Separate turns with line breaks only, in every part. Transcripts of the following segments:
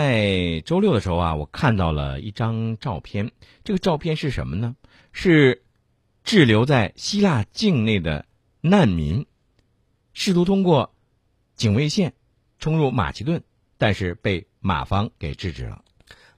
在周六的时候啊，我看到了一张照片，这个照片是什么呢？是滞留在希腊境内的难民，试图通过警卫线冲入马其顿，但是被马方给制止了。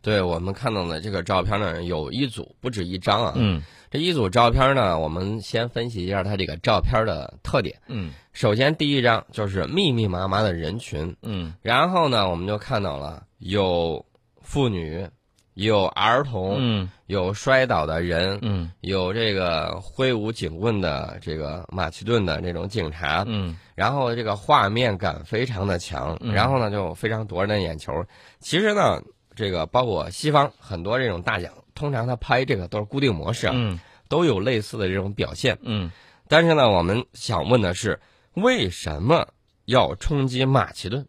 对我们看到的这个照片呢，有一组不止一张啊。
嗯
这一组照片呢，我们先分析一下它这个照片的特点。
嗯
首先，第一张就是密密麻麻的人群，
嗯
然后呢，我们就看到了有妇女，有儿童，
嗯
有摔倒的人，
嗯
有这个挥舞警棍的这个马其顿的这种警察，
嗯
然后这个画面感非常的强，
嗯
然后呢就非常夺人眼球。其实呢，这个包括西方很多这种大奖，通常他拍这个都是固定模式，啊，
嗯
都有类似的这种表现。
嗯
但是呢，我们想问的是，为什么要冲击马其顿？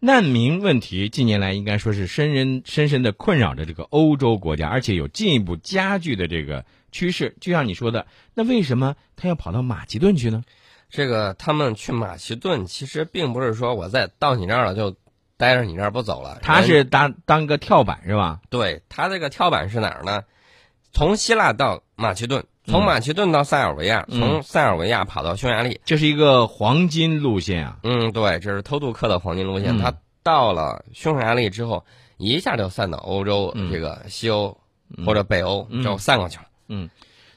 难民问题近年来应该说是深人深深的困扰着这个欧洲国家，而且有进一步加剧的这个趋势。就像你说的，那为什么他要跑到马其顿去呢？
这个他们去马其顿，其实并不是说我在到你那儿了就待着你那儿不走了。
他
人
是当当个跳板是吧？
对他这个跳板是哪儿呢？从希腊到马其顿，从
嗯
马其顿到塞尔维亚，
嗯
从塞尔维亚跑到匈牙利。
这是一个黄金路线啊！
嗯，对，这是偷渡客的黄金路线。
嗯
他到了匈牙利之后，一下就散到欧洲，
嗯
这个西欧或者北欧
嗯
就散过去了。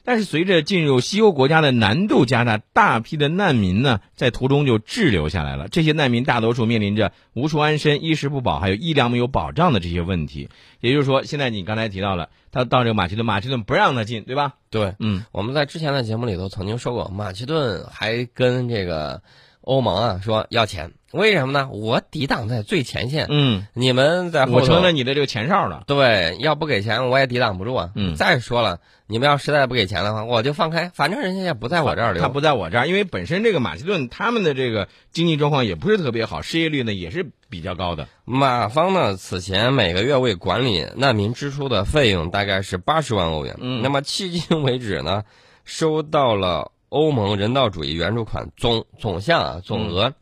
但是随着进入西欧国家的难度加大，大批的难民呢在途中就滞留下来了。这些难民大多数面临着无处安身、衣食不保，还有医疗没有保障的这些问题。也就是说，现在你刚才提到了，他到这个马其顿，马其顿不让他进，对吧？
对，
嗯
我们在之前的节目里头曾经说过，马其顿还跟这个欧盟啊说要钱，为什么呢？我抵挡在最前线，
嗯，
你们在后
我
头
成了你的这个前哨了。
对，要不给钱我也抵挡不住啊。
嗯
再说了，你们要实在不给钱的话，我就放开，反正人家也不在我这儿留。
他不在我这儿，因为本身这个马其顿他们的这个经济状况也不是特别好，失业率呢也是比较高的。
马方呢，此前每个月为管理难民支出的费用大概是八十万欧元。
嗯
那么迄今为止呢，收到了欧盟人道主义援助款总总项啊
嗯
总额，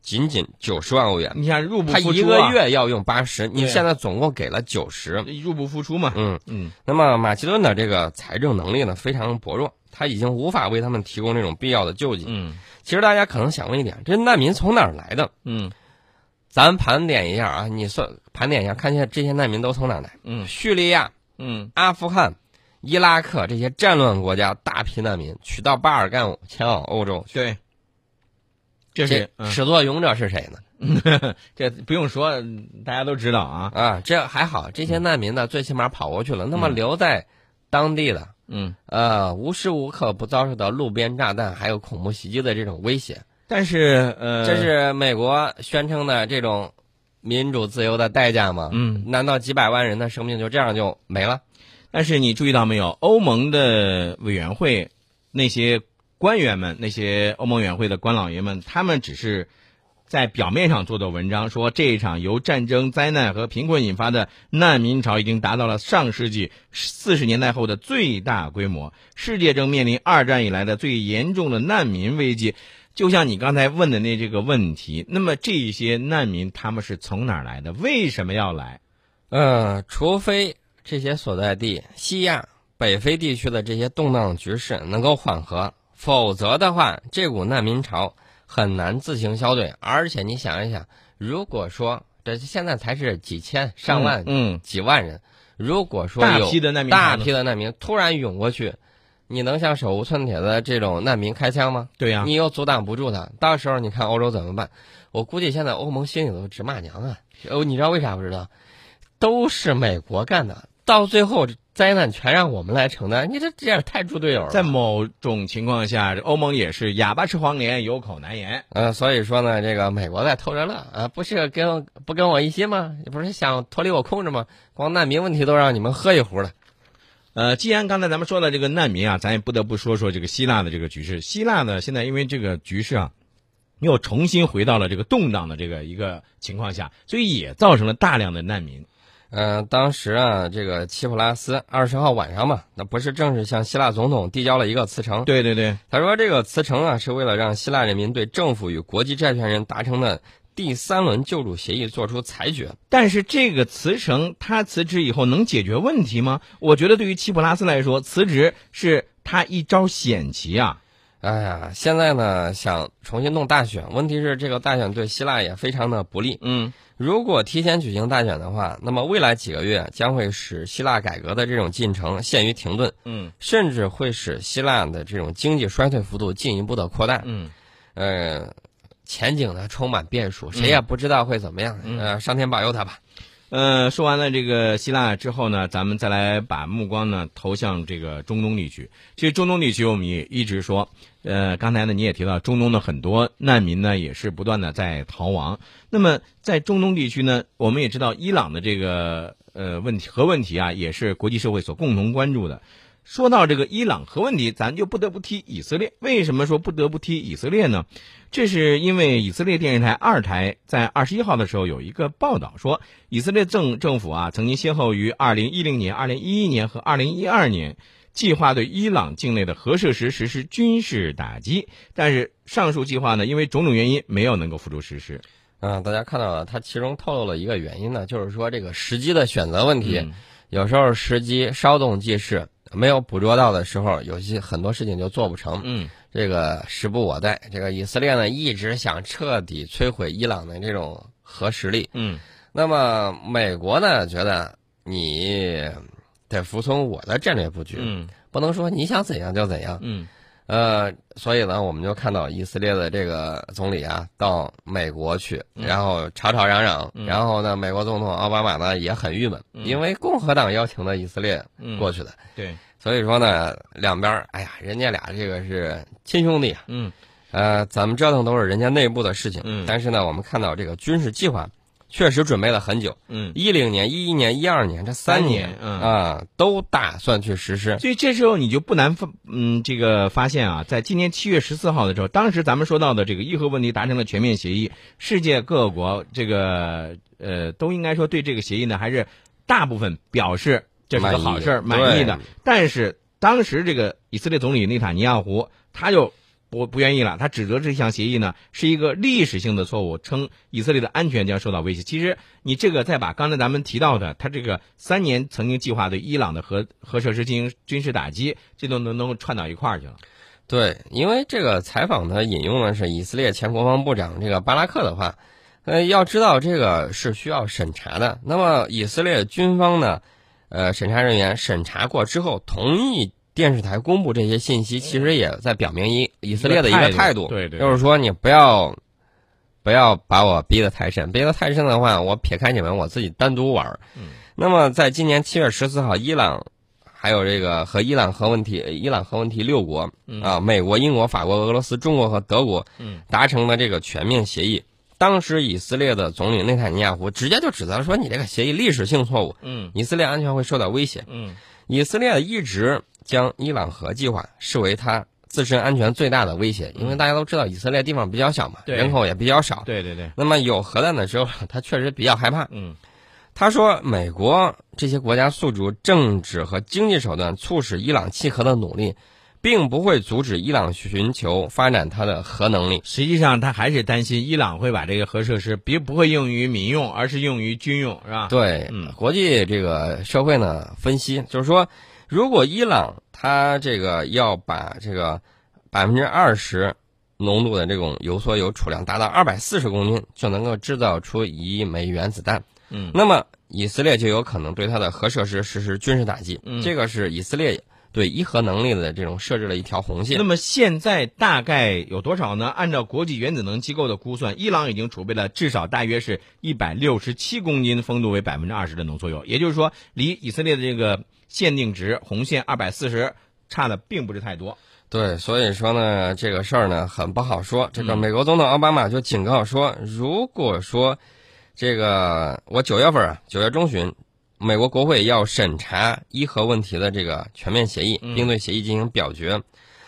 仅仅九十万欧元。
你看入嗯不
他
敷
一
出、
个
啊，
月要用八十，你
对
现在总共给了九十。
月入不敷出嘛。
嗯，
嗯
那么马其顿的这个财政能力呢非常薄弱，他已经无法为他们提供这种必要的救济。
嗯
其实大家可能想问一点，这难民从哪儿来的？
嗯
咱盘点一下啊，你算盘点一下，看一下这些难民都从哪儿来。
嗯
叙利亚、
嗯
阿富汗、伊拉克这些战乱国家大批难民取到巴尔干前往欧洲。
对，这
这
是、嗯
始作俑者是谁呢？
这不用说，大家都知道啊。嗯
啊，这还好，这些难民呢，最起码跑过去了。那么留在当地的，
嗯，
呃，无时无刻不遭受到路边炸弹还有恐怖袭击的这种威胁。
但是呃，
这是美国宣称的这种民主自由的代价吗？
嗯，
难道几百万人的生命就这样就没了？
但是你注意到没有，欧盟的委员会那些官员们，那些欧盟委员会的官老爷们，他们只是在表面上做的文章，说这一场由战争、灾难和贫困引发的难民潮已经达到了上世纪四十年代后的最大规模，世界正面临二战以来的最严重的难民危机。就像你刚才问的那这个问题，那么这些难民他们是从哪儿来的？为什么要来？
嗯，除非这些所在地西亚、北非地区的这些动荡局势能够缓和，否则的话，这股难民潮很难自行消退。而且你想一想，如果说这现在才是几千、上万、
嗯，嗯
几万人，如果说
大
有
批的难民
大
潮呢
批的难民突然涌过去，你能向手无寸铁的这种难民开枪吗？
对呀、
你又阻挡不住他，到时候你看欧洲怎么办？我估计现在欧盟心里头直骂娘啊！哦，你知道为啥不知道？都是美国干的，到最后灾难全让我们来承担，你这这样太猪队友
在
了。
某种情况下，这欧盟也是哑巴吃黄连，有口难言。
呃，所以说呢，这个美国在偷着乐啊，不是跟不跟我一心吗？不是想脱离我控制吗？光难民问题都让你们喝一壶了。
呃，既然刚才咱们说到这个难民啊，咱也不得不说说这个希腊的这个局势。希腊呢，现在因为这个局势啊，又重新回到了这个动荡的这个一个情况下，所以也造成了大量的难民。
嗯、当时啊，这个齐普拉斯二十号晚上嘛，那不是正式向希腊总统递交了一个辞呈。
对对对，
他说：“这个辞呈啊，是为了让希腊人民对政府与国际债权人达成的第三轮救助协议作出裁决。
但是这个辞呈，他辞职以后能解决问题吗？我觉得对于齐普拉斯来说，辞职是他一招险棋啊。
哎呀，现在呢想重新弄大选，问题是这个大选对希腊也非常的不利。
嗯
如果提前举行大选的话，那么未来几个月将会使希腊改革的这种进程陷于停顿，
嗯
甚至会使希腊的这种经济衰退幅度进一步的扩大。
嗯
呃，前景呢充满变数，谁也不知道会怎么样。
嗯
呃，上天保佑他吧。
呃，说完了这个希腊之后呢，咱们再来把目光呢投向这个中东地区。其实中东地区我们也一直说，呃，刚才呢你也提到，中东的很多难民呢也是不断的在逃亡。那么在中东地区呢，我们也知道伊朗的这个呃问题核问题啊，也是国际社会所共同关注的。说到这个伊朗核问题，咱就不得不提以色列。为什么说不得不提以色列呢？这是因为以色列电视台二台在二十一号的时候有一个报道说，以色列政政府啊曾经先后于二零一零年、二零一一年和二零一二年计划对伊朗境内的核设施实施军事打击，但是上述计划呢因为种种原因没有能够付诸实施。
嗯、大家看到了，他其中透露了一个原因呢，就是说这个时机的选择问题，
嗯
有时候时机稍纵即逝，没有捕捉到的时候，有些很多事情就做不成。
嗯
这个时不我待。这个以色列呢，一直想彻底摧毁伊朗的这种核实力。
嗯
那么美国呢，觉得你得服从我的战略布局，
嗯
不能说你想怎样就怎样。
嗯
呃，所以呢，我们就看到以色列的这个总理啊，到美国去，然后吵吵嚷嚷，
嗯
然后呢，美国总统奥巴马呢也很郁闷，
嗯
因为共和党邀请的以色列
嗯，
过去的，
对，
所以说呢，两边儿哎呀，人家俩这个是亲兄弟啊，
嗯
呃，咱们折腾都是人家内部的事情，
嗯
但是呢，我们看到这个军事计划确实准备了很久，
嗯。
一零年、一一年、一二年这
三
三
年嗯
啊、都打算去实施。
所以这时候你就不难发，嗯，这个发现啊，在今年七月十四号的时候，当时咱们说到的这个伊核问题达成了全面协议，世界各国这个呃都应该说对这个协议呢，还是大部分表示这是个
满意
好事儿，
对
满意的。但是当时这个以色列总理啊内塔尼亚胡他就不不愿意了，他指责这项协议呢是一个历史性的错误，称以色列的安全将受到威胁。其实你这个再把刚才咱们提到的，他这个三年曾经计划对伊朗的核核设施进行军事打击，这都能能够串到一块儿去了。
对，因为这个采访他引用的是以色列前国防部长这个巴拉克的话，呃，要知道这个是需要审查的。那么以色列军方呢，呃，审查人员审查过之后，同意电视台公布这些信息，其实也在表明以以色列的一
一
个
个态度
态度，
对对
就是说你不要不要把我逼得太深，逼得太深的话，我撇开你们，我自己单独玩儿。
嗯
那么，在今年七月十四号，伊朗还有这个和伊朗核问题，呃伊朗核问题六国
嗯
啊，美国、英国、法国、俄罗斯、中国和德国
嗯
达成了这个全面协议。当时以色列的总理内塔尼亚胡直接就指责说：“你这个协议历史性错误，
嗯
以色列安全会受到威胁。”
嗯
以色列一直将伊朗核计划视为它自身安全最大的威胁，因为大家都知道以色列地方比较小嘛，
嗯对
人口也比较少。
对对对，
那么有核弹的时候，他确实比较害怕。
嗯
他说，美国这些国家诉诸政治和经济手段促使伊朗弃核的努力，并不会阻止伊朗寻求发展它的核能力。
实际上他还是担心伊朗会把这个核设施别不会用于民用，而是用于军用，是吧？
对，
嗯
国际这个社会呢分析，就是说，如果伊朗它这个要把这个百分之二十浓度的这种游缩铀储量达到二百四十公斤，就能够制造出一亿枚原子弹。
嗯
那么以色列就有可能对它的核设施实施军事打击，
嗯
这个是以色列对伊核能力的这种设置了一条红
那
线。
么现在大概有多少呢？按照国际原子能机构的估算，伊朗已经储备了至少大约是一百六十七公斤，风度为百分之二十的浓缩铀，也就是说，离以色列的这个限定值红线二百四十差的并不是太多。
对，所以说呢，这个事儿呢很不好说。这个
嗯
美国总统奥巴马就警告说，如果说这个我九月份啊，九月中旬，美国国会要审查伊核问题的这个全面协议，
嗯
并对协议进行表决。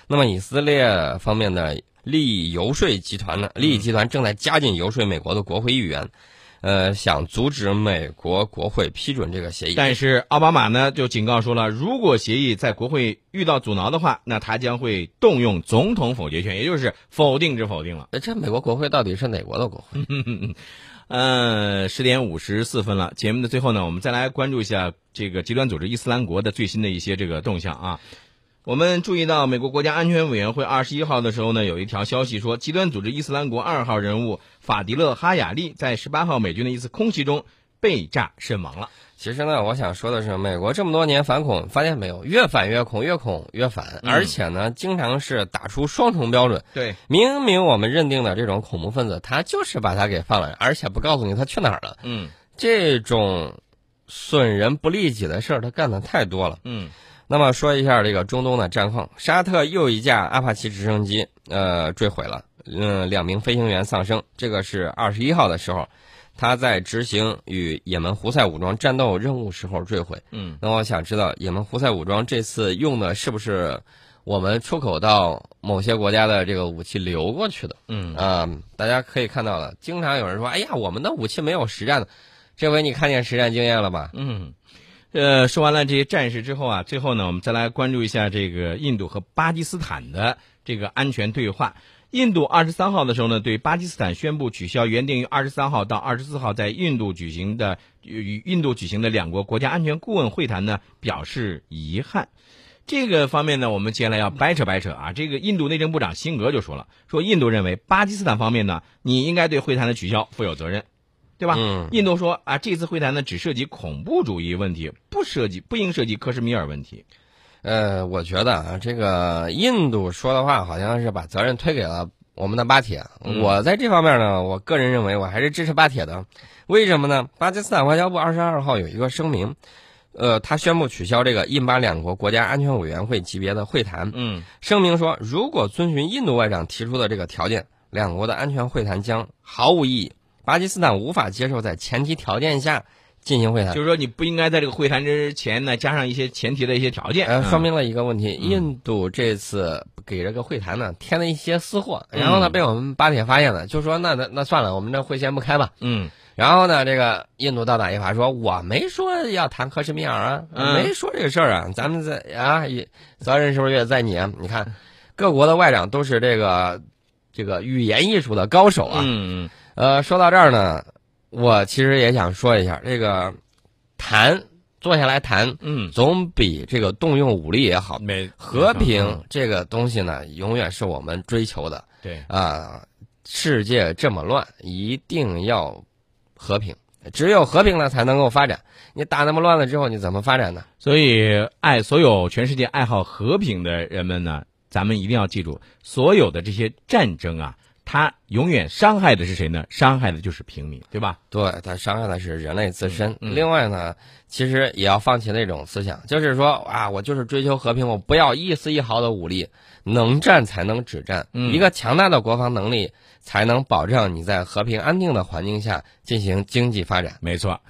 那么以色列
嗯
方面的利益游说集团呢，利益集团正在加紧游说美国的国会议员，呃，想阻止美国国会批准这个协议。
但是奥巴马呢就警告说了，如果协议在国会遇到阻挠的话，那他将会动用总统否决权，也就是否定之否定了。
呃这美国国会到底是哪国的国会？
呃，十点五十四分了，节目的最后呢，我们再来关注一下这个极端组织伊斯兰国的最新的一些这个动向啊。我们注意到，美国国家安全委员会二十一号的时候呢，有一条消息说，极端组织伊斯兰国二号人物法迪勒·哈雅利在十八号美军的一次空袭中被炸身亡了。
其实呢，我想说的是，美国这么多年反恐，发现没有，越反越恐，越恐越反，
嗯
而且呢，经常是打出双重标准。
对，
明明我们认定的这种恐怖分子，他就是把他给放了，而且不告诉你他去哪儿了。
嗯
这种损人不利己的事儿，他干的太多了。
嗯
那么说一下这个中东的战况，沙特又一架阿帕奇直升机呃坠毁了，嗯、两名飞行员丧生。这个是二十一号的时候，他在执行与也门胡塞武装战斗任务时候坠毁。
嗯，
那我想知道，也门胡塞武装这次用的是不是我们出口到某些国家的这个武器流过去的？
嗯
啊、大家可以看到了，经常有人说：“哎呀，我们的武器没有实战的。”这回你看见实战经验了吧？
嗯，呃，说完了这些战事之后啊，最后呢，我们再来关注一下这个印度和巴基斯坦的这个安全对话。印度二十三号的时候呢，对巴基斯坦宣布取消原定于二十三号到二十四号在印度举行的与印度举行的两国国家安全顾问会谈呢，表示遗憾。这个方面呢，我们接下来要掰扯掰扯啊。这个印度内政部长辛格就说了，说印度认为巴基斯坦方面呢，你应该对会谈的取消负有责任，对吧？
嗯
印度说啊，这次会谈呢只涉及恐怖主义问题，不涉及不应涉及克什米尔问题。
呃，我觉得啊，这个印度说的话好像是把责任推给了我们的巴铁。我在这方面呢，我个人认为我还是支持巴铁的。为什么呢？巴基斯坦外交部二十二号有一个声明，呃，他宣布取消这个印巴两国国家安全委员会级别的会谈。
嗯
声明说，如果遵循印度外长提出的这个条件，两国的安全会谈将毫无意义。巴基斯坦无法接受在前提条件下进行会谈
就。是说你不应该在这个会谈之前呢加上一些前提的一些条件。嗯
呃，说明了一个问题：印度这次给这个会谈呢添了一些私货，然后呢
嗯
被我们巴铁发现了，就说那那那算了，我们这会先不开吧。
嗯
然后呢，这个印度倒打一耙说：“我没说要谈克什米尔啊，
嗯
没说这个事儿啊，咱们在啊，也责任是不是也在你啊？你看，各国的外长都是这个这个语言艺术的高手啊。
嗯
呃，说到这儿呢，我其实也想说一下，这个谈坐下来谈，
嗯，
总比这个动用武力也好
嗯，没
和
嗯
平这个东西呢，永远是我们追求的
对，
啊、世界这么乱，一定要和平，只有和平了才能够发展。你打那么乱了之后，你怎么发展呢？
所以爱所有全世界爱好和平的人们呢，咱们一定要记住，所有的这些战争啊，它永远伤害的是谁呢？伤害的就是平民，对吧？
对，它伤害的是人类自身。
嗯嗯
另外呢，其实也要放弃那种思想，就是说啊，我就是追求和平，我不要一丝一毫的武力，能战才能止战。
嗯
一个强大的国防能力，才能保证你在和平安定的环境下进行经济发展。
没错。